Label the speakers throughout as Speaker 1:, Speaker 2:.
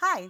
Speaker 1: Hi,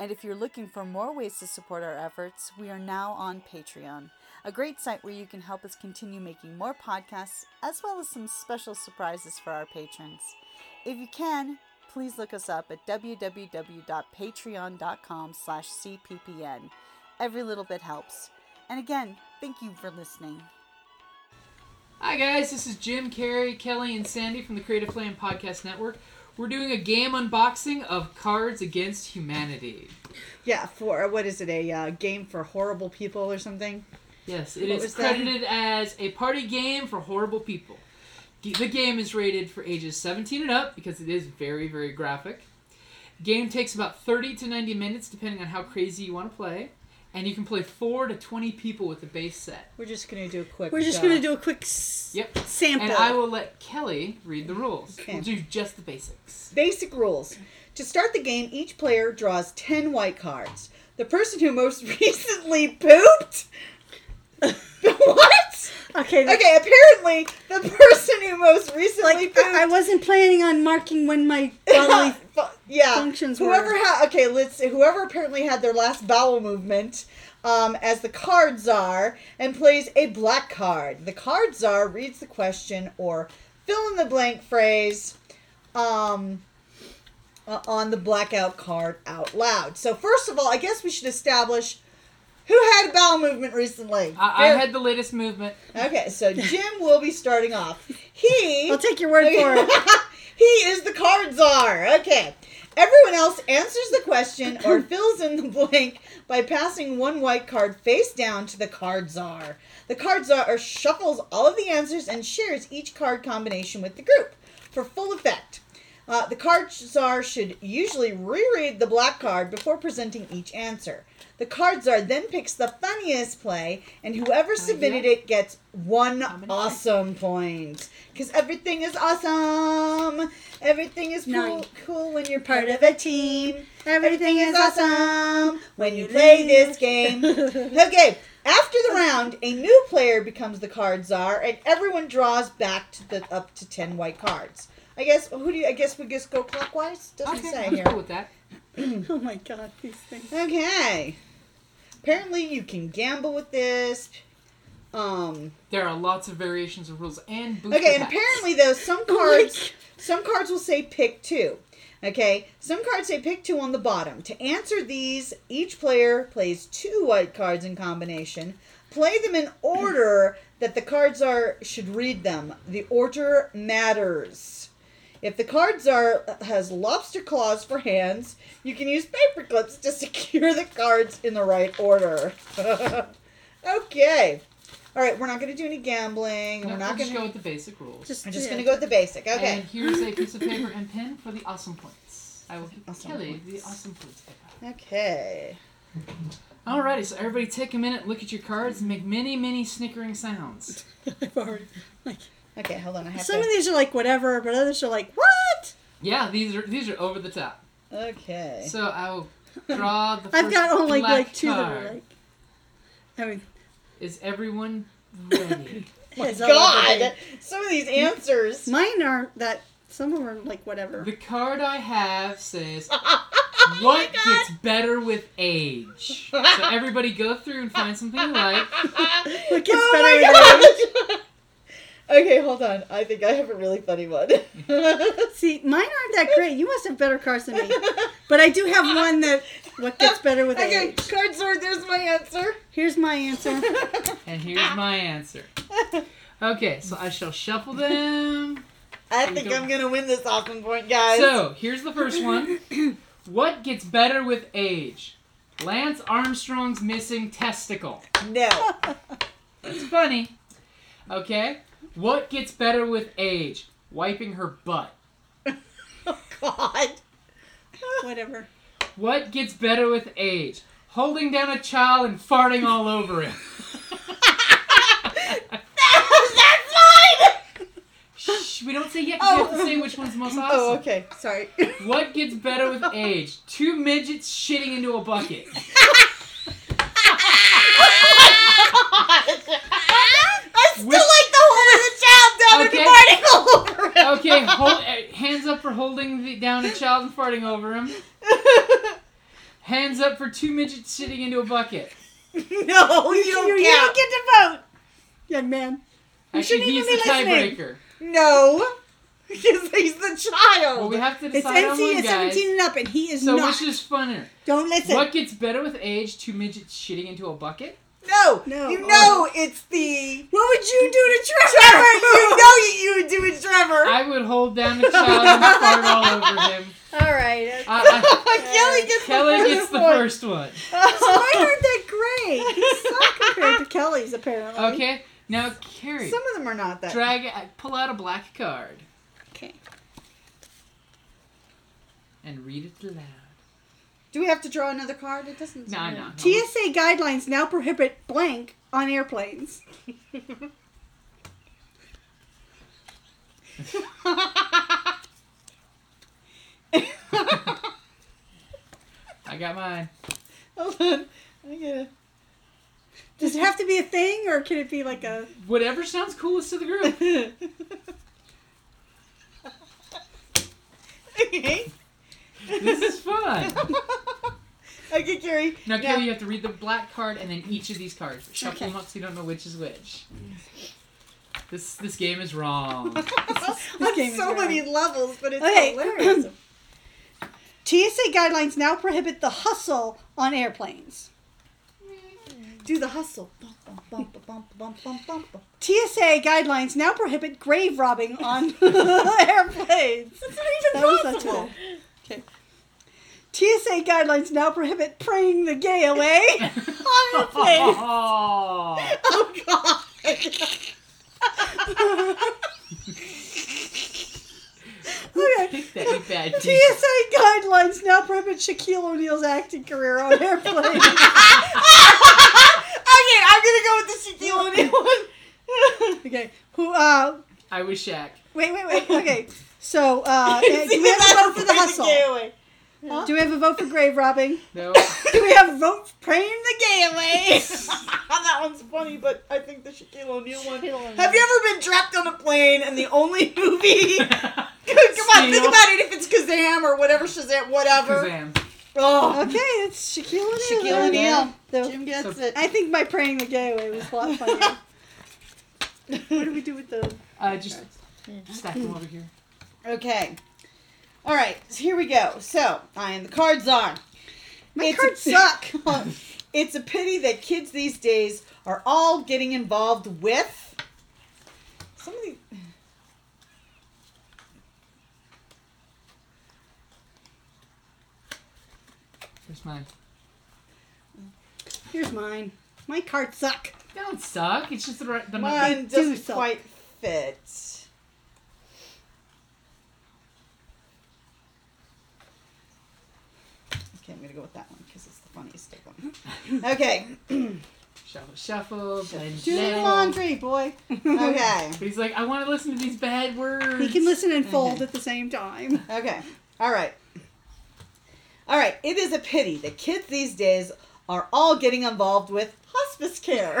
Speaker 1: And if you're looking for more ways to support our efforts, we are now on Patreon, a great site where you can help us continue making more podcasts as well as some special surprises for our patrons. If you can, please look us up at www.patreon.com/cppn. Every little bit helps. And again, thank you for listening.
Speaker 2: Hi guys, this is Jim, Carrie, Kelly, and Sandy from the Creative Play and Podcast Network. We're doing a game unboxing of Cards Against Humanity.
Speaker 1: Yeah, for what is it? A uh, game for horrible people or something?
Speaker 2: Yes, it
Speaker 1: What
Speaker 2: is
Speaker 1: was that?
Speaker 2: credited as a party game for horrible people. G- The game is rated for ages 17 and up because it is very, very graphic. Game takes about 30 to 90 minutes depending on how crazy you want to play, and you can play 4 to 20 people with the base set.
Speaker 1: We're just gonna do a quick.
Speaker 3: We're just
Speaker 1: uh,
Speaker 3: gonna do a quick s-
Speaker 2: Yep.
Speaker 3: sample.
Speaker 2: And I will let Kelly read the rules.
Speaker 1: Okay.
Speaker 2: We'll do just the basics.
Speaker 1: Basic rules. To start the game, each player draws 10 white cards. The person who most recently pooped. what?
Speaker 3: Okay. th-
Speaker 1: Okay, apparently the person who most recently
Speaker 3: Like I, I
Speaker 1: pooped.
Speaker 3: wasn't planning on marking when my bodily.
Speaker 1: yeah.
Speaker 3: functions were-
Speaker 1: whoever had okay, let's see, whoever apparently had their last bowel movement um, as the card czar and plays a black card. The card czar reads the question or fill in the blank phrase. Um, uh, on the blackout card out loud. So first of all, I guess we should establish who had a bowel movement recently.
Speaker 2: I, I had the latest movement.
Speaker 1: okay, so Jim will be starting off. He
Speaker 3: I'll take your word for it.
Speaker 1: he is the card czar. Okay. Everyone else answers the question or fills in the blank by passing one white card face down to the card czar. The card czar er, shuffles all of the answers and shares each card combination with the group for full effect. Uh, the card czar should usually reread the black card before presenting each answer. The card czar then picks the funniest play, and whoever submitted it gets one
Speaker 2: many
Speaker 1: awesome point. Because everything is awesome. Everything is cool,
Speaker 3: Nine.
Speaker 1: cool when you're part of a team.
Speaker 3: Everything is
Speaker 1: awesome when you play this game. Okay, after the round, a new player becomes the card czar, and everyone draws back to the up to ten white cards. I guess who do you? I guess we just go clockwise. Doesn't say
Speaker 2: I'm
Speaker 1: here.
Speaker 2: cool with that.
Speaker 3: Oh my god, these things.
Speaker 1: Okay. Apparently, you can gamble with this. Um.
Speaker 2: There are lots of variations of rules and booster
Speaker 1: Okay, and
Speaker 2: packs.
Speaker 1: apparently though, some
Speaker 3: Oh my
Speaker 1: cards some cards will say pick two. Okay, some cards say pick two on the bottom. To answer these, each player plays two white cards in combination. Play them in order that the cards are should read them. The order matters. If the card czar has lobster claws for hands, you can use paper clips to secure the cards in the right order. okay. All right, we're not going to do any gambling.
Speaker 2: No,
Speaker 1: we're
Speaker 2: we're
Speaker 1: not going
Speaker 2: just
Speaker 1: to
Speaker 2: go with the basic rules.
Speaker 3: Just,
Speaker 1: I'm just
Speaker 3: yeah.
Speaker 1: gonna go with the basic. Okay.
Speaker 2: And here's a piece of paper and pen for the awesome points. I will give
Speaker 1: Awesome
Speaker 2: Kelly
Speaker 1: points.
Speaker 2: the awesome points paper.
Speaker 1: Okay.
Speaker 2: Alrighty, so everybody take a minute, look at your cards, and make many, many snickering sounds.
Speaker 3: I've already, like,
Speaker 1: Okay, hold on. I have
Speaker 3: some of
Speaker 1: to.
Speaker 3: these are like whatever, but others are like what?
Speaker 2: Yeah, these are these are over the top.
Speaker 1: Okay.
Speaker 2: So I will draw the.
Speaker 3: I've
Speaker 2: first
Speaker 3: got only
Speaker 2: black
Speaker 3: like two
Speaker 2: card.
Speaker 3: that are like. I mean,
Speaker 2: Is everyone ready?
Speaker 3: it's all over the
Speaker 1: God,
Speaker 3: game.
Speaker 1: some of these answers.
Speaker 3: mine are that. Some of them are like whatever.
Speaker 2: the card I have says, "What gets better with age?" So everybody go through and find something you like.
Speaker 3: What gets
Speaker 1: Oh
Speaker 3: better?
Speaker 1: my
Speaker 3: with age.
Speaker 1: God. okay, hold on. I think I have a really funny one.
Speaker 3: See, mine aren't that great. You must have better cars than me. But I do have one that what gets better with
Speaker 1: okay,
Speaker 3: age.
Speaker 1: card sword. There's my answer.
Speaker 3: Here's my answer.
Speaker 2: And here's my answer. Okay, so I shall shuffle them.
Speaker 1: I think I'm gonna win this awesome point, guys.
Speaker 2: So here's the first one. What gets better with age? Lance Armstrong's missing testicle.
Speaker 1: No.
Speaker 2: It's funny. Okay? What gets better with age? Wiping her butt.
Speaker 1: Oh, God.
Speaker 3: Whatever.
Speaker 2: What gets better with age? Holding down a child and farting all over him.
Speaker 1: That's mine!
Speaker 2: Shh, we don't say yet 'cause you
Speaker 3: Oh.
Speaker 2: have to say which one's most awesome.
Speaker 1: Oh, okay. Sorry.
Speaker 2: What gets better with age? Two midgets shitting into a bucket.
Speaker 1: I still
Speaker 2: Which-
Speaker 1: like the whole of the child down
Speaker 2: Okay.
Speaker 1: and farting all over him.
Speaker 2: Okay, hold, uh, hands up for holding the, down a child and farting over him. Hands up for two midgets shitting into a bucket.
Speaker 1: no, you don't
Speaker 3: You, you
Speaker 1: count.
Speaker 3: don't get to vote, young man.
Speaker 2: Actually,
Speaker 3: shouldn't
Speaker 2: he's
Speaker 3: even
Speaker 2: the
Speaker 3: be listening.
Speaker 2: tiebreaker.
Speaker 1: No. Because he's the child.
Speaker 2: Well, we have to
Speaker 3: It's
Speaker 2: decide on
Speaker 3: NC
Speaker 2: one,
Speaker 3: is
Speaker 2: guys.
Speaker 3: 17 and up, and he is
Speaker 2: So
Speaker 3: not.
Speaker 2: which is funner?
Speaker 3: Don't listen.
Speaker 2: What gets better with age? Two midgets shitting into a bucket?
Speaker 1: no.
Speaker 3: No.
Speaker 1: You
Speaker 2: Oh.
Speaker 1: know it's the.
Speaker 3: What would you do to
Speaker 1: Trevor, you know you, you would do it, Trevor.
Speaker 2: I would hold down a child and fart all over him.
Speaker 3: All right.
Speaker 2: Uh, uh,
Speaker 1: Kelly gets
Speaker 2: Kelly
Speaker 1: the
Speaker 2: gets the first one.
Speaker 3: I heard that great. He's not compared to Kelly's apparently.
Speaker 2: Okay, now Carrie,
Speaker 1: Some of them are not that.
Speaker 2: drag, uh, pull out a black card
Speaker 3: Okay.
Speaker 2: and read it aloud.
Speaker 3: Do we have to draw another card? It doesn't.
Speaker 2: No, no, no.
Speaker 3: TSA guidelines now prohibit blank on airplanes.
Speaker 2: I got mine.
Speaker 1: Hold on. I gotta.
Speaker 3: Does it have to be a thing, or can it be like a?
Speaker 2: Whatever sounds coolest to the group.
Speaker 1: okay.
Speaker 2: This is fun.
Speaker 1: okay, Carrie.
Speaker 2: Now, Kelly, you have to read the black card and then each of these cards. Shuffle
Speaker 3: Okay.
Speaker 2: them up so you don't know which is which. This this game is wrong.
Speaker 3: This
Speaker 1: on
Speaker 3: game is
Speaker 1: so many levels, but it's
Speaker 3: Okay.
Speaker 1: hilarious.
Speaker 3: TSA guidelines now prohibit the hustle on airplanes.
Speaker 1: Do the hustle. Bum, bum, bum, bum, bum, bum, bum, bum.
Speaker 3: TSA guidelines now prohibit grave robbing on airplanes.
Speaker 1: That's not even
Speaker 3: That was not
Speaker 1: possible.
Speaker 3: true. TSA guidelines now prohibit praying the gay away on airplanes.
Speaker 2: Oh,
Speaker 1: Oh God.
Speaker 3: Okay.
Speaker 2: pick that you bad people.
Speaker 3: TSA guidelines now prohibit Shaquille O'Neal's acting career on airplanes.
Speaker 1: okay, I'm gonna go with the Shaquille O'Neal one.
Speaker 3: okay. Who? Uh,
Speaker 2: I was Shaq.
Speaker 3: wait, wait, wait. Okay. So, uh,
Speaker 1: See,
Speaker 3: do we have
Speaker 1: that's
Speaker 3: a vote for the
Speaker 1: the gay
Speaker 3: hustle?
Speaker 1: away.
Speaker 3: Do we have a vote for grave robbing?
Speaker 2: No.
Speaker 3: Do we have a vote for praying
Speaker 1: The gay away. Ah, that one's funny, but I think the Shaquille O'Neal one. Have you ever been trapped on a plane and the only movie? Come on, think
Speaker 2: Steal.
Speaker 1: about it. If it's Kazam or whatever Shazam, whatever.
Speaker 2: Shazam.
Speaker 1: Oh,
Speaker 3: Okay, it's Shaquille O'Neal.
Speaker 1: Shaquille O'Neal.
Speaker 3: So,
Speaker 1: Jim gets
Speaker 2: So-
Speaker 1: it.
Speaker 3: I think my praying the gay away was a lot funnier. what do we do with the?
Speaker 2: Uh, just stack them over here.
Speaker 1: Okay. All right, so here we go. So, I am the card czar.
Speaker 3: My
Speaker 1: it's
Speaker 3: cards
Speaker 1: a,
Speaker 3: suck.
Speaker 1: it's a pity that kids these days are all getting involved with some of the.
Speaker 2: Here's mine.
Speaker 3: Here's mine. My cards suck.
Speaker 2: They don't suck. It's just the right. The
Speaker 1: One
Speaker 3: do
Speaker 1: doesn't
Speaker 3: suck.
Speaker 1: quite fit. Okay, I'm gonna go with that one because it's the funniest of them. Okay,
Speaker 2: shuffle, shuffle, blend,
Speaker 3: Do the
Speaker 2: blend.
Speaker 3: laundry, boy.
Speaker 1: okay,
Speaker 2: But he's like, I want to listen to these bad words.
Speaker 3: He can listen and fold at the same time.
Speaker 1: okay. All right. All right, it is a pity that kids these days are all getting involved with hospice care.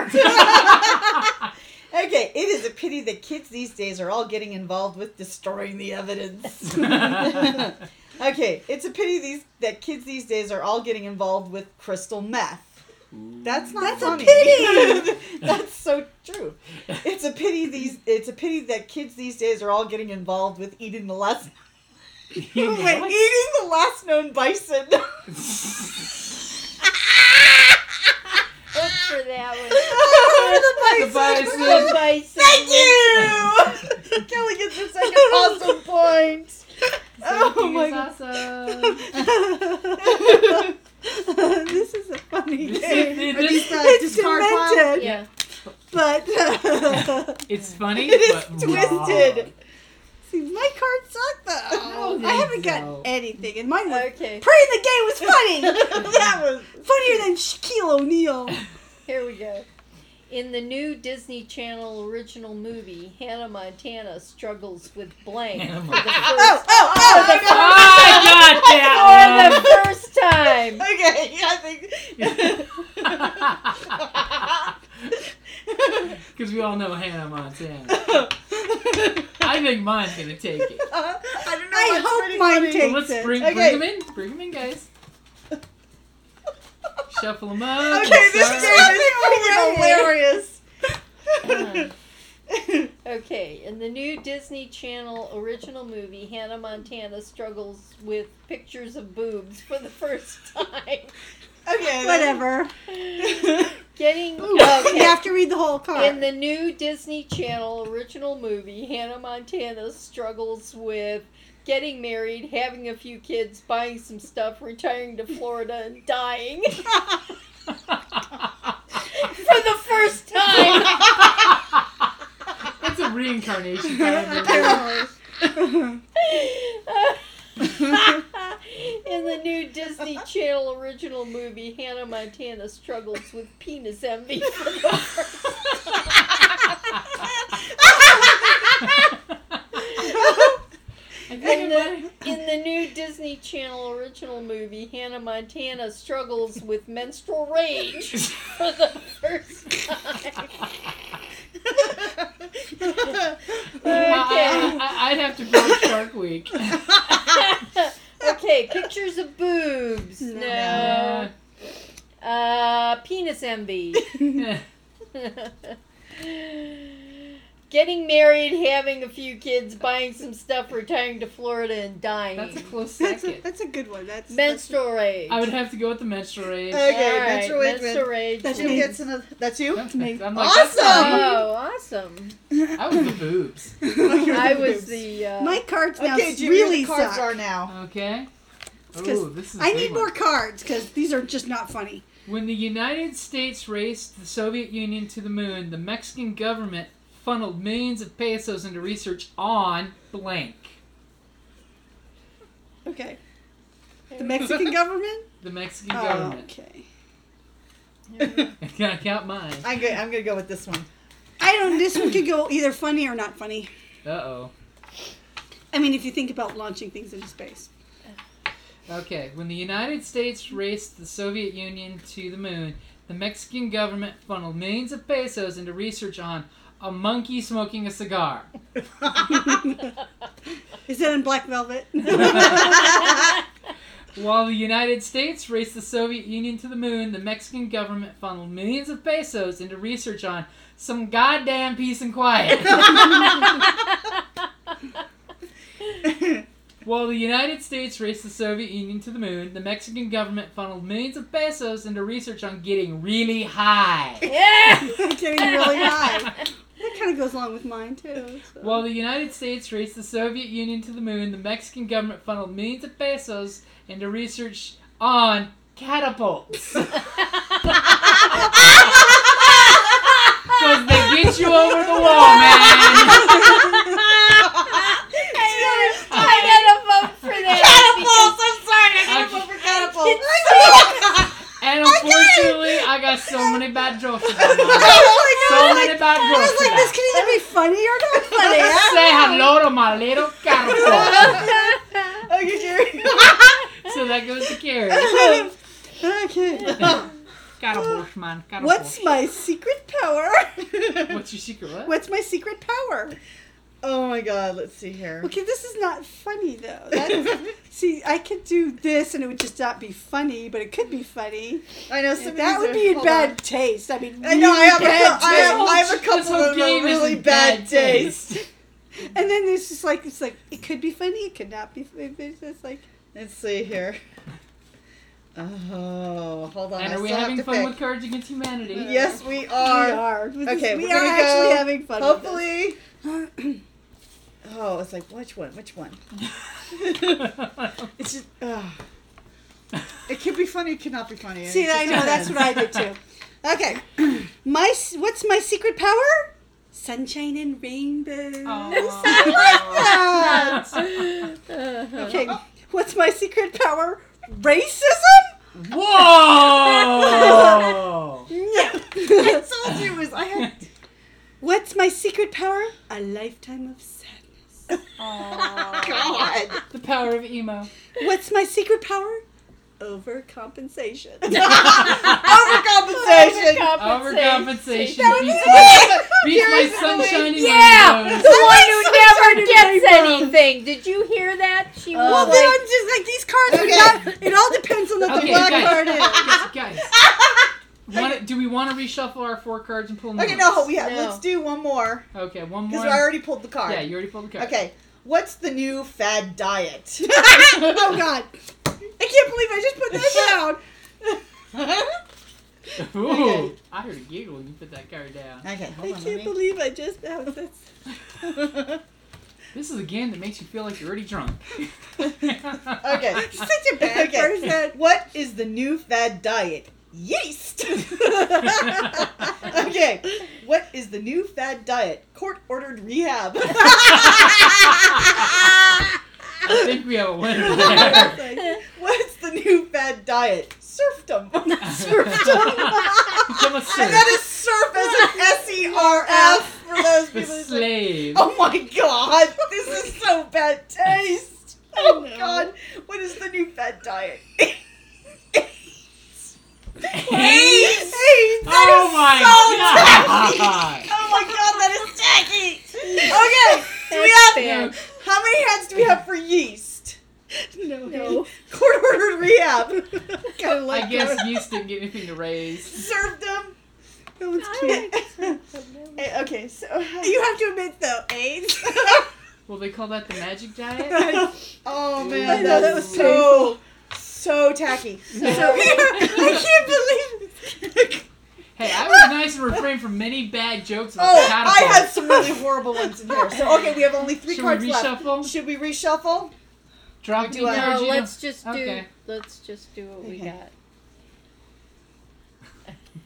Speaker 1: okay, it is a pity that kids these days are all getting involved with destroying the evidence. Okay, it's a pity these that kids these days are all getting involved with crystal meth. That's not That's funny. a pity. That's so true. It's a pity these it's a pity that kids these days are all getting involved with eating the last
Speaker 2: You know
Speaker 1: wait,
Speaker 2: what?
Speaker 1: eating the last known bison.
Speaker 4: Look for that one.
Speaker 2: The bison.
Speaker 4: Look by
Speaker 1: Thank you. Kelly gets her second awesome point.
Speaker 2: Everything
Speaker 1: Oh my
Speaker 2: is
Speaker 1: God.
Speaker 2: awesome. uh,
Speaker 3: uh,
Speaker 2: It's funny,
Speaker 1: It is
Speaker 2: but
Speaker 1: twisted.
Speaker 2: wrong.
Speaker 3: See, my cards suck
Speaker 1: Oh,
Speaker 3: though.
Speaker 2: No,
Speaker 3: I
Speaker 2: they
Speaker 3: haven't gotten
Speaker 2: don't.
Speaker 3: anything, and mine was
Speaker 4: Okay,
Speaker 3: Prey in the Game was funny.
Speaker 1: that was
Speaker 3: Funnier than Shaquille O'Neal.
Speaker 4: here we go. In the new Disney Channel original movie, Hannah Montana struggles with blank for the
Speaker 1: Oh,
Speaker 4: first,
Speaker 1: oh, oh! the
Speaker 2: Oh, I got
Speaker 4: for the
Speaker 2: that
Speaker 4: first time.
Speaker 1: Okay, yeah, I think.
Speaker 2: Because we all know Hannah Montana. I think mine's gonna take it.
Speaker 1: Uh-huh. I don't know.
Speaker 3: I
Speaker 1: that's
Speaker 3: hope
Speaker 1: pretty
Speaker 3: mine
Speaker 1: funny.
Speaker 3: takes-
Speaker 2: Let's bring
Speaker 1: Okay.
Speaker 2: bring them in. Bring them in, guys. Shuffle them up.
Speaker 1: Okay, this
Speaker 2: Sorry.
Speaker 1: game is freaking hilarious.
Speaker 4: Okay, in the new Disney Channel original movie, Hannah Montana struggles with pictures of boobs for the first time.
Speaker 1: okay,
Speaker 3: Whatever.
Speaker 1: then-
Speaker 4: Getting
Speaker 3: You
Speaker 4: okay.
Speaker 3: have to read the whole card.
Speaker 4: In the new Disney Channel original movie, Hannah Montana struggles with getting married, having a few kids, buying some stuff, retiring to Florida, and dying for the first time.
Speaker 2: It's a reincarnation calendar.
Speaker 4: In the new Disney Channel original movie, Hannah Montana struggles with penis envy for the first
Speaker 2: I think
Speaker 4: In
Speaker 2: it
Speaker 4: the,
Speaker 2: might-
Speaker 4: in the new Disney Channel original movie, Hannah Montana struggles with menstrual rage for the first time.
Speaker 2: I,
Speaker 4: Okay.
Speaker 2: I, would have to go with Shark Week.
Speaker 4: okay, pictures of boobs. No. Uh, penis envy. Getting married, having a few kids, buying some stuff, retiring to Florida, and
Speaker 2: that's a
Speaker 4: dying.
Speaker 2: close
Speaker 3: that's, a,
Speaker 2: second.
Speaker 3: that's a good one. That's that's,
Speaker 4: Menstrual rage.
Speaker 2: I would have to go with the menstrual rage.
Speaker 3: Uh,
Speaker 1: Okay,
Speaker 4: All right,
Speaker 1: menstrual rage wins.
Speaker 4: Menstrual rage.
Speaker 3: That's
Speaker 1: Jim
Speaker 3: me.
Speaker 1: gets another. That's you.
Speaker 2: That's me. I'm
Speaker 1: Awesome!
Speaker 4: Oh, awesome.
Speaker 2: That's I was the boobs.
Speaker 4: I was the. Uh,
Speaker 3: my cards now
Speaker 1: Okay, Jim,
Speaker 3: really
Speaker 1: really cards
Speaker 3: suck.
Speaker 1: are now.
Speaker 2: Okay.
Speaker 3: 'cause
Speaker 2: Oh, this is. a
Speaker 3: I
Speaker 2: big
Speaker 3: need
Speaker 2: one.
Speaker 3: more cards because these are just not funny.
Speaker 2: When the United States raced the Soviet Union to the moon, the Mexican government funneled millions of pesos into research on blank.
Speaker 3: Okay. The Mexican government.
Speaker 2: The Mexican
Speaker 3: Oh,
Speaker 2: government.
Speaker 3: okay.
Speaker 2: I gotta count mine.
Speaker 1: I'm good. I'm gonna go with this one.
Speaker 3: I don't. This one could go either funny or not funny.
Speaker 2: Uh oh.
Speaker 3: I mean, if you think about launching things into space.
Speaker 2: Okay. When the United States raced the Soviet Union to the moon, the Mexican government funneled millions of pesos into research on a monkey smoking a cigar.
Speaker 3: Is that in Black Velvet?
Speaker 2: While the United States raced the Soviet Union to the moon, the Mexican government funneled millions of pesos into research on some goddamn peace and quiet. While the United States raced the Soviet Union to the moon, the Mexican government funneled millions of pesos into research on getting really high.
Speaker 4: Yeah!
Speaker 3: Getting really high. That kind of goes along with mine too. so.
Speaker 2: While the United States raced the Soviet Union to the moon, the Mexican government funneled millions of pesos into research on catapults. Because they get you over the wall, man.
Speaker 4: I gotta, I gotta vote for that.
Speaker 1: Catapults. I'm sorry. I gotta
Speaker 2: Okay.
Speaker 1: vote for catapults.
Speaker 2: And unfortunately, I got so many bad jokes. about mine.
Speaker 3: Oh my
Speaker 2: So
Speaker 3: God,
Speaker 2: many bad
Speaker 3: I
Speaker 2: jokes.
Speaker 3: was like,
Speaker 2: about
Speaker 3: this could either be funny or not funny.
Speaker 2: it. Say hello to my little catapult.
Speaker 1: Okay, Jerry.
Speaker 2: so that goes to Carrie.
Speaker 3: okay.
Speaker 2: Catapult, man. Catapult.
Speaker 3: What's my secret power?
Speaker 2: What's your secret? What?
Speaker 3: What's my secret power?
Speaker 1: Oh my God. Let's see here.
Speaker 3: Okay, this is not funny though. That, see, I could do this and it would just not be funny, but it could be funny.
Speaker 1: I know some. of these
Speaker 3: That would
Speaker 1: are-
Speaker 3: be in
Speaker 1: hold
Speaker 3: bad
Speaker 1: on.
Speaker 3: taste. I mean,
Speaker 1: I know. I have, a,
Speaker 3: really
Speaker 1: I have, I have a
Speaker 2: This
Speaker 1: couple
Speaker 2: whole
Speaker 1: of them are
Speaker 2: game is
Speaker 1: really
Speaker 2: in
Speaker 1: bad taste.
Speaker 3: And then there's just like it's like it could be funny, it could not be. funny. It's just like
Speaker 1: Let's see here. Oh, hold on.
Speaker 2: And
Speaker 1: I
Speaker 2: are we
Speaker 1: still have
Speaker 2: having
Speaker 1: to
Speaker 2: fun
Speaker 1: pick.
Speaker 2: with Cards Against Humanity?
Speaker 1: Yes, we
Speaker 3: we
Speaker 1: are.
Speaker 3: are. This-
Speaker 1: okay,
Speaker 3: we
Speaker 1: we're
Speaker 3: are
Speaker 1: gonna
Speaker 3: actually
Speaker 1: go.
Speaker 3: having fun. with this.
Speaker 1: Hopefully. oh, it's like which one? Which one? It's just. Uh, it could be funny. It cannot be funny. and
Speaker 3: See,
Speaker 1: it
Speaker 3: I
Speaker 1: just
Speaker 3: know that's what I did too. Okay, my s- what's my secret power? Sunshine and Rainbow.
Speaker 2: Oh.
Speaker 1: Ah,
Speaker 4: Uh-huh.
Speaker 1: Oh.
Speaker 3: Okay, what's my secret power? Racism?
Speaker 2: Whoa!
Speaker 3: No.
Speaker 1: told you it was. I had.
Speaker 3: what's my secret power? A lifetime of sadness.
Speaker 1: God.
Speaker 2: the power of emo.
Speaker 3: What's my secret power? Overcompensation.
Speaker 1: Overcompensation.
Speaker 2: Overcompensation beats
Speaker 4: That was
Speaker 2: my, beats my sunshine and
Speaker 4: Yeah,
Speaker 2: rainbows.
Speaker 4: the one who never gets anything. Did you hear that? She was
Speaker 3: well, then
Speaker 4: like,
Speaker 3: I'm just Uh, like, these cards
Speaker 1: Okay.
Speaker 3: are not. It all depends on what the
Speaker 2: Okay,
Speaker 3: black
Speaker 2: guys.
Speaker 3: card is.
Speaker 2: Guys, guys. Wanna- do we want to reshuffle our four cards and pull new
Speaker 1: Okay, no,
Speaker 2: ones?
Speaker 1: we have.
Speaker 4: No.
Speaker 1: Let's do one more
Speaker 2: Okay, one more.
Speaker 1: because I already pulled the card.
Speaker 2: yeah, you already pulled the card.
Speaker 1: Okay. What's the new fad diet?
Speaker 3: Oh, God. I can't believe I just put that down.
Speaker 2: Ooh,
Speaker 1: Okay.
Speaker 2: I heard a giggle when you put that card down.
Speaker 1: okay.
Speaker 3: I
Speaker 1: Hold on, let
Speaker 3: can't
Speaker 1: me-
Speaker 3: believe I just have this.
Speaker 2: This is a game that makes you feel like you're already drunk.
Speaker 1: okay.
Speaker 3: Such a bad
Speaker 1: Okay.
Speaker 3: person.
Speaker 1: What is the new fad diet? Yeast. okay. What is the new fad diet? Court ordered rehab.
Speaker 2: I think we have a winner there.
Speaker 1: What's the new fad diet? Serfdom.
Speaker 2: Become a
Speaker 1: And
Speaker 2: serf.
Speaker 1: that is serf as an S E R F for those
Speaker 2: a
Speaker 1: people. who say-
Speaker 2: slave.
Speaker 1: Oh my god, this is so bad taste. Oh god, what is the new fad diet?
Speaker 2: Hey.
Speaker 1: Hey, that
Speaker 2: Oh
Speaker 1: is
Speaker 2: my
Speaker 1: so
Speaker 2: God.
Speaker 1: tacky. Oh my god, that is tacky. Okay, do we
Speaker 4: That's
Speaker 1: have
Speaker 4: bad.
Speaker 1: how many heads do we have for yeast?
Speaker 3: No.
Speaker 4: No.
Speaker 1: Court ordered rehab,
Speaker 3: Gotta like
Speaker 2: I guess yeast didn't get anything to raise.
Speaker 1: serfdom.
Speaker 3: That one's cute.
Speaker 1: Eh, okay, so
Speaker 3: You have to admit, though, AIDS.
Speaker 2: Well, they call that the magic diet.
Speaker 1: oh
Speaker 3: I
Speaker 1: man,
Speaker 3: know,
Speaker 1: that
Speaker 3: that
Speaker 1: was
Speaker 3: was
Speaker 1: so so tacky.
Speaker 3: so I can't believe
Speaker 2: Hey, I was nice and refrained from many bad jokes about
Speaker 1: Oh, I
Speaker 2: the caterpillar.
Speaker 1: had some really horrible ones in here. So okay, we have only three
Speaker 2: Should
Speaker 1: cards
Speaker 2: we
Speaker 1: left.
Speaker 2: reshuffle?
Speaker 1: Should we reshuffle?
Speaker 2: Drop
Speaker 1: do
Speaker 2: me
Speaker 1: I-
Speaker 2: there,
Speaker 4: no,
Speaker 2: Gina.
Speaker 4: let's just do.
Speaker 2: Okay.
Speaker 4: Let's just do what we
Speaker 1: Okay.
Speaker 4: got.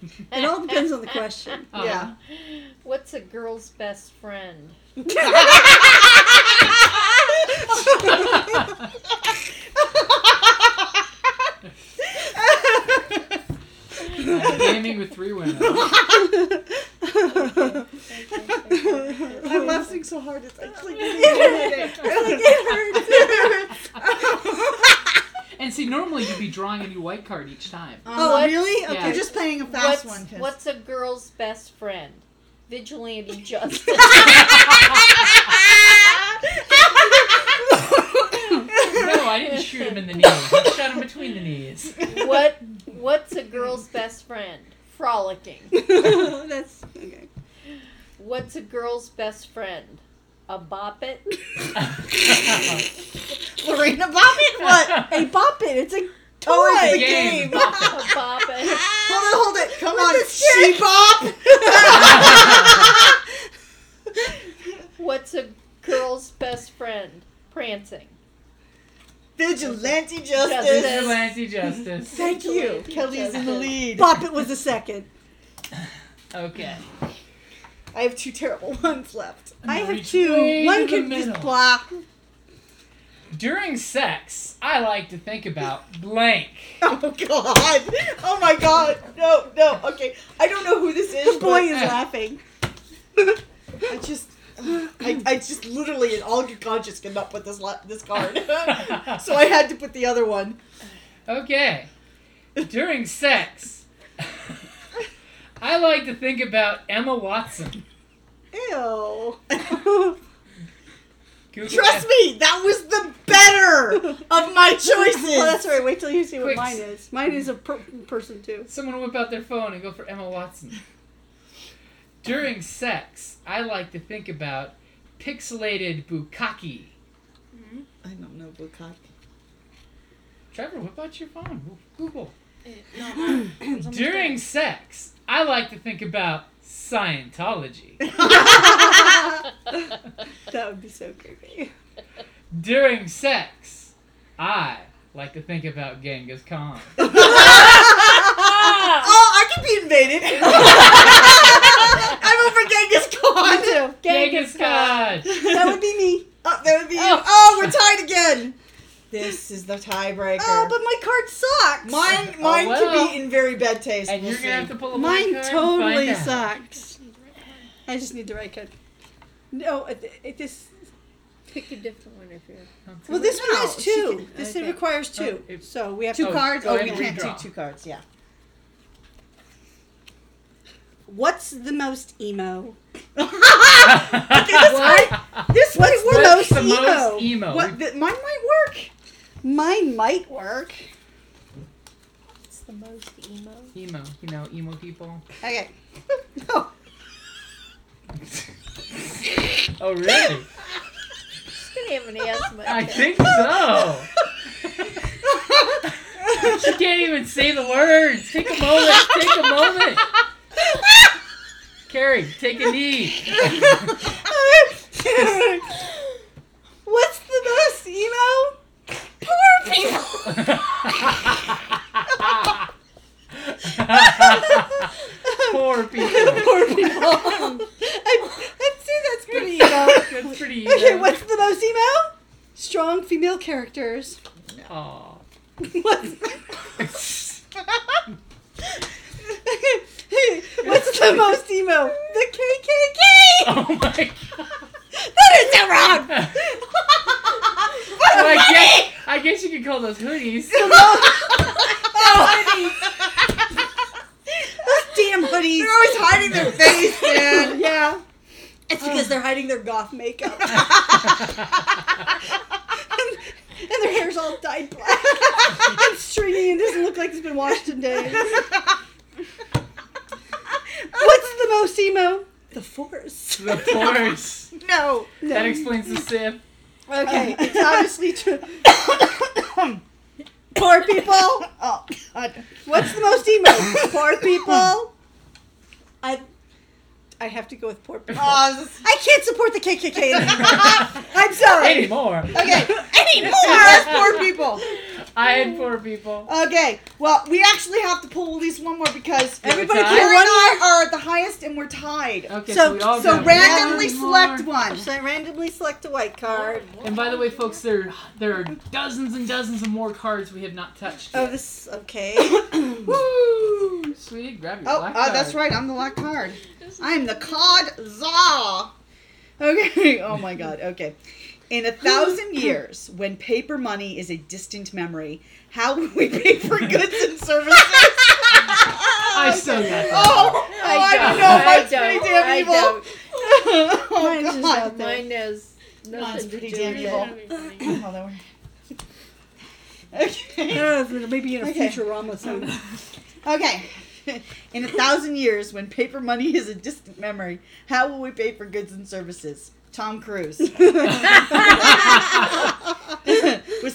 Speaker 3: It all depends on the question.
Speaker 2: Oh.
Speaker 1: Yeah.
Speaker 4: What's a girl's best friend?
Speaker 2: I'm gaming with three women.
Speaker 1: I'm laughing so hard it's actually giving me a headache.
Speaker 3: it hurts.
Speaker 2: And see, normally you'd be drawing a new white card each time.
Speaker 3: Oh,
Speaker 4: What?
Speaker 3: really?
Speaker 2: Yeah.
Speaker 3: Okay.
Speaker 1: You're just playing a
Speaker 4: What's
Speaker 1: fast one. 'cause-
Speaker 4: What's a girl's best friend? Vigilante justice.
Speaker 2: No, I didn't shoot him in the knee. I shot him between the knees.
Speaker 4: what What's a girl's best friend? Frolicking.
Speaker 3: That's okay.
Speaker 4: What's a girl's best friend? A boppet.
Speaker 1: Lorena Bobbitt? What?
Speaker 3: A bop it. It's a
Speaker 1: Oh, it's
Speaker 3: Toy
Speaker 1: the
Speaker 2: game.
Speaker 1: game.
Speaker 4: A boppet.
Speaker 1: Hold it, hold it. Come on, she bop.
Speaker 4: What's a girl's best friend? Prancing.
Speaker 1: Vigilante
Speaker 4: Justice.
Speaker 1: justice.
Speaker 2: Vigilante justice.
Speaker 1: Thank you.
Speaker 4: Vigilante
Speaker 1: Kelly's in the
Speaker 4: justice.
Speaker 1: lead.
Speaker 3: bop it was a second.
Speaker 2: Okay.
Speaker 1: I have two terrible ones left.
Speaker 3: I have
Speaker 2: Reach
Speaker 3: two.
Speaker 2: way to
Speaker 3: One
Speaker 2: the
Speaker 3: could just
Speaker 2: middle.
Speaker 3: blah.
Speaker 2: During sex, I like to think about blank.
Speaker 1: Oh god. Oh my god. No, no. Okay. I don't know who this is.
Speaker 3: The boy is
Speaker 1: but
Speaker 3: laughing.
Speaker 1: I just I, I just literally in all good conscience came up with this la- this card. so I had to put the other one.
Speaker 2: Okay. During sex, I like to think about Emma Watson.
Speaker 1: Ew.
Speaker 2: Google
Speaker 1: Trust me, that was the better of my choices.
Speaker 3: Well, that's all right. Wait till you see
Speaker 2: Quick.
Speaker 3: what mine is. Mine is a per- person too.
Speaker 2: Someone whip out their phone and go for Emma Watson. During sex, I like to think about pixelated bukkake.
Speaker 1: I don't know Bukaki.
Speaker 2: Trevor, whip out your phone. Google. During sex, I like to think about Scientology.
Speaker 3: That would be so creepy.
Speaker 2: During sex, I like to think about Genghis Khan.
Speaker 1: Oh, I can be invaded. I'm over Genghis
Speaker 3: Me
Speaker 1: Khan.
Speaker 3: too.
Speaker 4: Genghis Khan.
Speaker 3: That would be me.
Speaker 1: Oh, that would be. Oh.
Speaker 4: Oh.
Speaker 1: we're tied again. This is the tiebreaker.
Speaker 3: Oh, but my card sucks.
Speaker 1: mine, mine
Speaker 4: well.
Speaker 1: could be in very bad taste.
Speaker 4: And
Speaker 2: Oh, You're gonna have to pull a
Speaker 3: Mine
Speaker 2: blind card and find
Speaker 3: totally
Speaker 2: out.
Speaker 3: sucks. I just need the right card. No, it, it, this.
Speaker 4: Pick a different one if you're.
Speaker 3: Well, this one
Speaker 1: No,
Speaker 3: has
Speaker 1: she
Speaker 3: two. This
Speaker 4: okay.
Speaker 3: requires two.
Speaker 2: Oh, it-
Speaker 3: so we have
Speaker 1: two
Speaker 3: to-
Speaker 1: cards.
Speaker 2: go
Speaker 1: Oh,
Speaker 2: ahead
Speaker 1: we
Speaker 2: and
Speaker 1: can't do
Speaker 2: redraw.
Speaker 1: two cards. Yeah.
Speaker 3: What's the most emo?
Speaker 1: This one
Speaker 3: What's
Speaker 1: works.
Speaker 3: the
Speaker 2: What's
Speaker 3: most
Speaker 2: the
Speaker 3: emo?
Speaker 2: most emo?
Speaker 3: What? The, mine might work. Mine might work.
Speaker 4: It's the most emo.
Speaker 2: Emo, you know, emo people.
Speaker 3: Okay.
Speaker 1: No.
Speaker 2: Oh, really?
Speaker 4: She's gonna have an asthma.
Speaker 2: I
Speaker 4: attack.
Speaker 2: think so. she can't even say the words. Take a moment. Take a moment. Carrie, take a knee.
Speaker 1: What's the most emo? Poor people.
Speaker 2: Poor people.
Speaker 3: Poor people.
Speaker 1: I'd, I'd say that's pretty emo.
Speaker 2: That's pretty
Speaker 1: Okay,
Speaker 2: emo.
Speaker 1: what's the most emo?
Speaker 3: Strong female characters.
Speaker 2: Aw.
Speaker 1: What's What's the most emo? The KKK.
Speaker 2: Oh my god.
Speaker 1: That is so wrong.
Speaker 2: Well, I, guess, I guess you could call those hoodies.
Speaker 3: Oh. Damn hoodies.
Speaker 1: They're always hiding their face, man.
Speaker 3: yeah. It's because they're hiding their goth makeup. and, and their hair's all dyed black and stringy and doesn't look like it's been washed in days. What's the most emo? The force.
Speaker 2: The force.
Speaker 1: No.
Speaker 2: That explains the sip.
Speaker 3: Okay, it's obviously true. Poor people.
Speaker 1: Oh God.
Speaker 3: What's the most emo? Poor people. I, I have to go with poor people.
Speaker 1: Oh, this is-
Speaker 3: Uh, I can't support the KKK anymore. I'm sorry.
Speaker 2: Anymore.
Speaker 1: okay. Any more? That's poor people.
Speaker 2: I had four people.
Speaker 1: Okay. Well, we actually have to pull at least one more because
Speaker 2: Yeah,
Speaker 1: everybody
Speaker 2: it's
Speaker 1: here and
Speaker 2: tied.
Speaker 1: I are at the highest and we're tied.
Speaker 2: Okay, so,
Speaker 3: So-
Speaker 2: we all
Speaker 1: so
Speaker 2: got
Speaker 1: randomly
Speaker 2: one
Speaker 1: select
Speaker 2: more.
Speaker 1: one.
Speaker 3: So I randomly select a white card.
Speaker 2: And by the way, folks, there there are dozens and dozens of more cards we have not touched.
Speaker 3: Oh,
Speaker 2: yet.
Speaker 3: this okay.
Speaker 2: Woo! Sweet, grab your
Speaker 1: Oh,
Speaker 2: black
Speaker 1: uh,
Speaker 2: card.
Speaker 1: that's right. I'm the black card. I'm the cod za. Okay. Oh my God. Okay. In a thousand years, when paper money is a distant memory, how will we pay for goods and services?
Speaker 2: I still got that.
Speaker 1: Oh, I, don't
Speaker 2: don't.
Speaker 1: know.
Speaker 2: I
Speaker 1: Mine's pretty damn
Speaker 4: I
Speaker 1: evil.
Speaker 4: don't.
Speaker 1: oh,
Speaker 3: Mine's just
Speaker 1: God.
Speaker 3: out there.
Speaker 4: Mine is nothing
Speaker 1: Mine's
Speaker 4: to
Speaker 1: pretty
Speaker 4: do
Speaker 1: damn
Speaker 4: with
Speaker 1: evil.
Speaker 4: it.
Speaker 1: Hold on. Okay.
Speaker 3: Uh, maybe in a
Speaker 1: Okay.
Speaker 3: Futurama soon.
Speaker 1: Okay. In a thousand years, when paper money is a distant memory, how will we pay for goods and services? Tom Cruise. With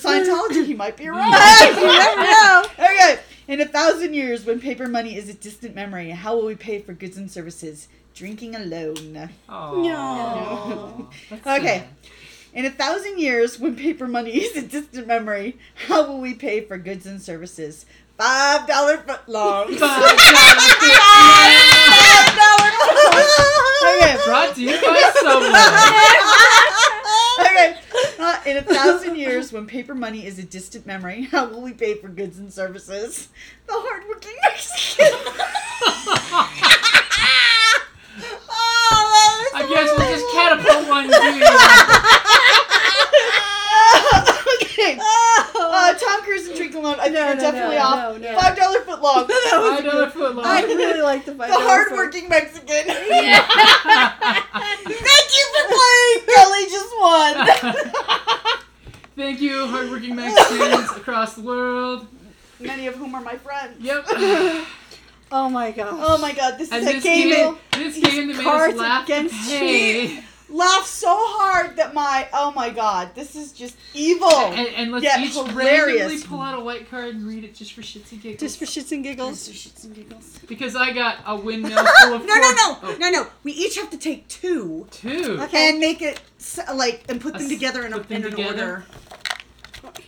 Speaker 1: Scientology, he might be right. you never know. Okay. In a thousand years, when paper money is a distant memory, how will we pay for goods and services? Drinking alone.
Speaker 2: Aw.
Speaker 3: No.
Speaker 2: That's
Speaker 1: Okay.
Speaker 2: sad.
Speaker 1: In a thousand years, when paper money is a distant memory, how will we pay for goods and services? Five dollar footlongs. Five dollar footlongs.
Speaker 2: Brought to you by someone.
Speaker 1: Okay. Uh, in a thousand years, when paper money is a distant memory, how will we pay for goods and services? The hardworking Mexican. oh,
Speaker 2: I guess we'll just catapult one to
Speaker 1: okay. Uh, Tom Cruise and Drink Alone. I think
Speaker 3: No,
Speaker 1: are
Speaker 3: no,
Speaker 1: definitely
Speaker 3: no,
Speaker 1: off.
Speaker 3: no, no.
Speaker 1: Five dollar foot long. the
Speaker 2: you. Another foot
Speaker 3: I
Speaker 2: long.
Speaker 3: really like the five.
Speaker 1: hardworking Mexican. Thank you for playing. Kelly just won.
Speaker 2: Thank you, hardworking Mexicans across the world.
Speaker 1: Many of whom are my friends.
Speaker 2: Yep.
Speaker 3: Oh my gosh.
Speaker 1: Oh my God, this
Speaker 2: And
Speaker 1: is a
Speaker 2: this
Speaker 1: game.
Speaker 2: game,
Speaker 1: that
Speaker 2: this game that made us
Speaker 3: cards
Speaker 2: laugh to
Speaker 3: against
Speaker 2: pay.
Speaker 1: Laugh so hard that my oh my God, this is just evil.
Speaker 2: And, and let's
Speaker 1: Yeah,
Speaker 2: each
Speaker 1: hilarious.
Speaker 2: randomly pull out a white card and read it just for shits and giggles.
Speaker 3: Just for shits and giggles.
Speaker 1: shits and giggles.
Speaker 2: because I got a windmill full of
Speaker 1: No, no,
Speaker 2: cork-
Speaker 1: no, no, no. We each have to take two
Speaker 2: Oh, two.
Speaker 3: Okay.
Speaker 1: and make it s- like and put them
Speaker 2: Us-
Speaker 1: together in, a,
Speaker 2: put them
Speaker 1: in an
Speaker 2: together.
Speaker 1: order.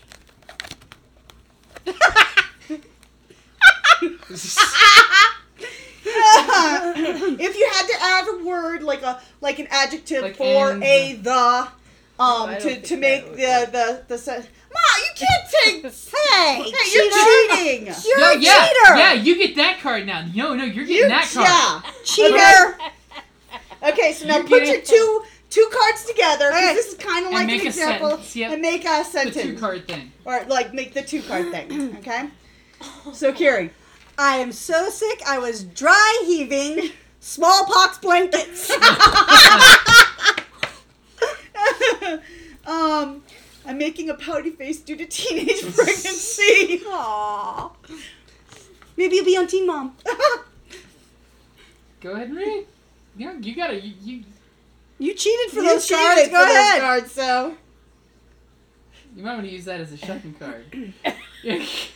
Speaker 1: if you had to add a word like a like an adjective
Speaker 2: Like
Speaker 1: or
Speaker 2: and.
Speaker 1: a the, um,
Speaker 4: I don't
Speaker 1: to
Speaker 4: think
Speaker 1: to
Speaker 4: that
Speaker 1: make
Speaker 4: would
Speaker 1: the, the the se- Ma, you can't take.
Speaker 5: Hey,
Speaker 1: hey, you're cheating.
Speaker 5: you're
Speaker 2: No,
Speaker 5: a
Speaker 2: yeah,
Speaker 5: cheater.
Speaker 2: yeah, you get that card now. No, no, you're getting
Speaker 1: You-
Speaker 2: that card.
Speaker 1: yeah,
Speaker 5: Cheater.
Speaker 1: Okay, so now
Speaker 2: You
Speaker 1: put
Speaker 2: get
Speaker 1: your
Speaker 2: it.
Speaker 1: two two cards together 'cause this is kind of
Speaker 2: And
Speaker 1: like
Speaker 2: make
Speaker 1: an
Speaker 2: a
Speaker 1: example
Speaker 2: sentence, yep.
Speaker 1: and make a
Speaker 2: The two
Speaker 1: sentence
Speaker 2: card thing.
Speaker 1: or like make the two card thing. Okay. So Carrie,
Speaker 3: I am so sick. I was dry heaving smallpox blankets.
Speaker 1: um, I'm making a pouty face due to teenage pregnancy.
Speaker 3: Aww. Maybe you'll be on Teen Mom.
Speaker 2: Go ahead and read. Yeah, you gotta. You, you,
Speaker 3: You cheated for
Speaker 1: You
Speaker 3: those
Speaker 1: cheated
Speaker 3: cards.
Speaker 1: for
Speaker 3: Go
Speaker 1: those
Speaker 3: ahead.
Speaker 1: cards, so
Speaker 2: you might want to use that as a shucking card.
Speaker 4: it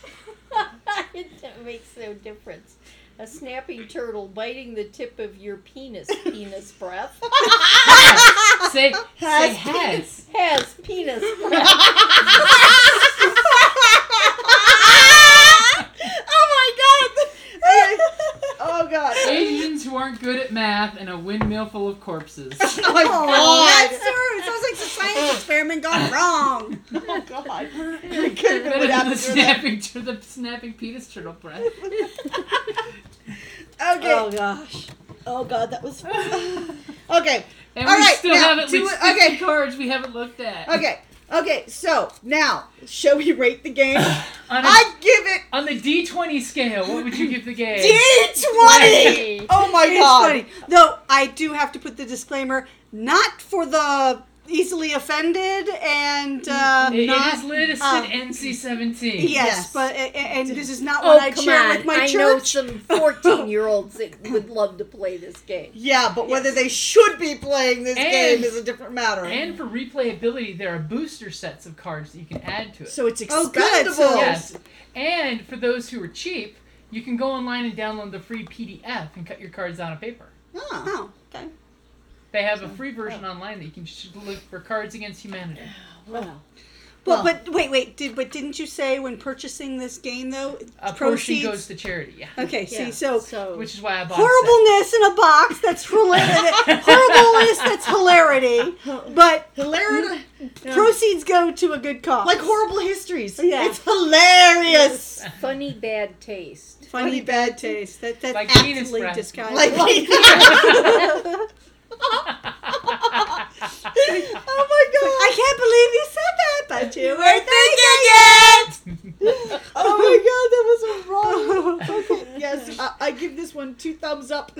Speaker 4: makes no difference. A snapping turtle biting the tip of your penis, penis breath.
Speaker 2: say say
Speaker 1: Has
Speaker 2: has.
Speaker 4: Has penis breath.
Speaker 1: oh my god! oh god!
Speaker 2: Asians who aren't good at math and a windmill full of corpses.
Speaker 1: Oh my
Speaker 3: That's
Speaker 1: god!
Speaker 3: her. It sounds like the science experiment gone wrong.
Speaker 1: Oh god! We could have been
Speaker 2: Better than the
Speaker 1: without that.
Speaker 2: snapping, tur- the snapping penis turtle breath.
Speaker 1: Okay.
Speaker 3: Oh gosh.
Speaker 1: Oh god, that was. okay,
Speaker 2: And
Speaker 1: All
Speaker 2: we
Speaker 1: right,
Speaker 2: still
Speaker 1: now,
Speaker 2: have at
Speaker 1: do
Speaker 2: least
Speaker 1: it- okay.
Speaker 2: 50 cards we haven't looked at.
Speaker 1: okay, okay. So now, shall we rate the game?
Speaker 2: On, a,
Speaker 1: I give it
Speaker 2: on the D20 scale, what would you give the game?
Speaker 1: D twenty. Oh my
Speaker 3: It's
Speaker 1: god!
Speaker 3: funny. Though I do have to put the disclaimer, not for the easily offended and uh,
Speaker 2: It-
Speaker 3: not
Speaker 2: it is listed
Speaker 3: uh,
Speaker 2: NC-17.
Speaker 3: Yes,
Speaker 1: Yes.
Speaker 3: but and, and this is not
Speaker 4: Oh,
Speaker 3: what I
Speaker 4: come
Speaker 3: share
Speaker 4: on.
Speaker 3: with my
Speaker 4: I know
Speaker 3: church.
Speaker 4: some 14 year olds that would love to play this game.
Speaker 1: Yeah, but whether they should be playing this
Speaker 2: And-
Speaker 1: game is a different matter.
Speaker 2: And for replayability, there are booster sets of cards that you can add to it.
Speaker 1: so it's
Speaker 3: Oh,
Speaker 1: expendable.
Speaker 3: good, so-
Speaker 2: yes. And for those who are cheap, you can go online and download the free PDF and cut your cards out on paper.
Speaker 1: Oh.
Speaker 3: Oh, okay.
Speaker 2: They have a free
Speaker 3: Oh.
Speaker 2: version online that you can just look for Cards Against Humanity.
Speaker 4: Wow.
Speaker 3: Well,
Speaker 1: Well-
Speaker 3: but wait, wait. Did but didn't you say when purchasing this game though,
Speaker 2: A
Speaker 3: proceeds? Oh.
Speaker 2: portion goes to charity, yeah.
Speaker 3: okay,
Speaker 4: Yeah,
Speaker 3: see, so,
Speaker 2: Which is why I bought it.
Speaker 3: horribleness in a box that's hilarity, horribleness that's hilarity, but
Speaker 1: Hilarious.
Speaker 3: proceeds go to a good cause.
Speaker 1: Like horrible histories.
Speaker 3: Yeah.
Speaker 1: It's hilarious.
Speaker 4: Funny bad taste.
Speaker 3: funny bad taste. That that
Speaker 2: Like penis
Speaker 3: aptly
Speaker 2: breath.
Speaker 3: disguised.
Speaker 1: Like,
Speaker 3: oh my god! I can't believe you said that, but you weren't
Speaker 1: oh my god, that was wrong. Okay, yes, I, I give this one two thumbs up.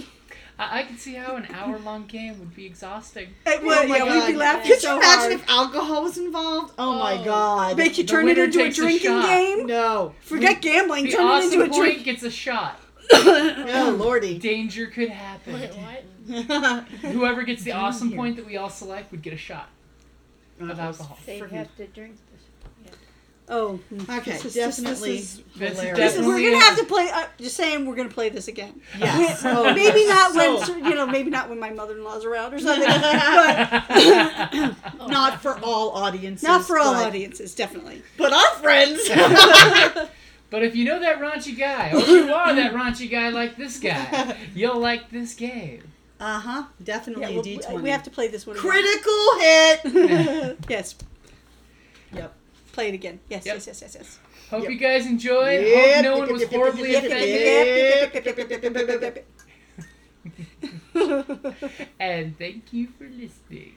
Speaker 2: I, I can see how an hour long game would be exhausting.
Speaker 3: It Oh would,
Speaker 1: my
Speaker 3: yeah, we'd be
Speaker 1: God.
Speaker 3: laughing
Speaker 1: Could
Speaker 3: so
Speaker 1: you imagine
Speaker 3: hard.
Speaker 1: if alcohol was involved? Oh, my
Speaker 4: Oh.
Speaker 1: god.
Speaker 3: Make you
Speaker 2: The
Speaker 3: turn it
Speaker 2: winner
Speaker 3: into a
Speaker 2: takes a
Speaker 3: drinking
Speaker 2: shot.
Speaker 3: game?
Speaker 1: no.
Speaker 3: Forget gambling.
Speaker 2: The
Speaker 3: Turn
Speaker 2: awesome
Speaker 3: it into a
Speaker 2: point
Speaker 3: drink.
Speaker 2: gets a shot.
Speaker 1: Oh lordy.
Speaker 2: Danger could happen.
Speaker 1: Forgot
Speaker 2: Whoever gets the awesome point that we all select would get a shot of alcohol.
Speaker 4: They have to drink this.
Speaker 3: Oh,
Speaker 1: Okay,
Speaker 3: This is- this-
Speaker 1: definitely
Speaker 3: this is-
Speaker 2: This is
Speaker 3: this is,
Speaker 1: hilarious.
Speaker 3: we're
Speaker 2: Definitely
Speaker 3: gonna have
Speaker 2: is.
Speaker 3: to play. Uh, just saying, we're gonna play this again.
Speaker 1: Yes. Oh,
Speaker 3: We-
Speaker 2: Oh,
Speaker 3: maybe not when
Speaker 1: So-
Speaker 3: you know, maybe not when my mother-in-law's around or something. but
Speaker 1: Not for all audiences.
Speaker 3: not for all
Speaker 1: but-
Speaker 3: audiences, definitely.
Speaker 1: But our friends. Uh-huh,
Speaker 2: But if you know that raunchy guy, or you are that raunchy guy like this guy, you'll like this game.
Speaker 1: Uh huh. Definitely
Speaker 3: Yeah,
Speaker 1: a
Speaker 3: well,
Speaker 1: D
Speaker 3: we-
Speaker 1: twenty.
Speaker 3: we have to play this one. again.
Speaker 1: critical hit.
Speaker 3: yes,
Speaker 1: yep.
Speaker 3: play it again. Yes,
Speaker 2: Yep.
Speaker 3: yes, yes, yes, yes.
Speaker 2: Hope you guys enjoyed. Hope no one was horribly offended.
Speaker 1: offended.
Speaker 2: And thank you for listening.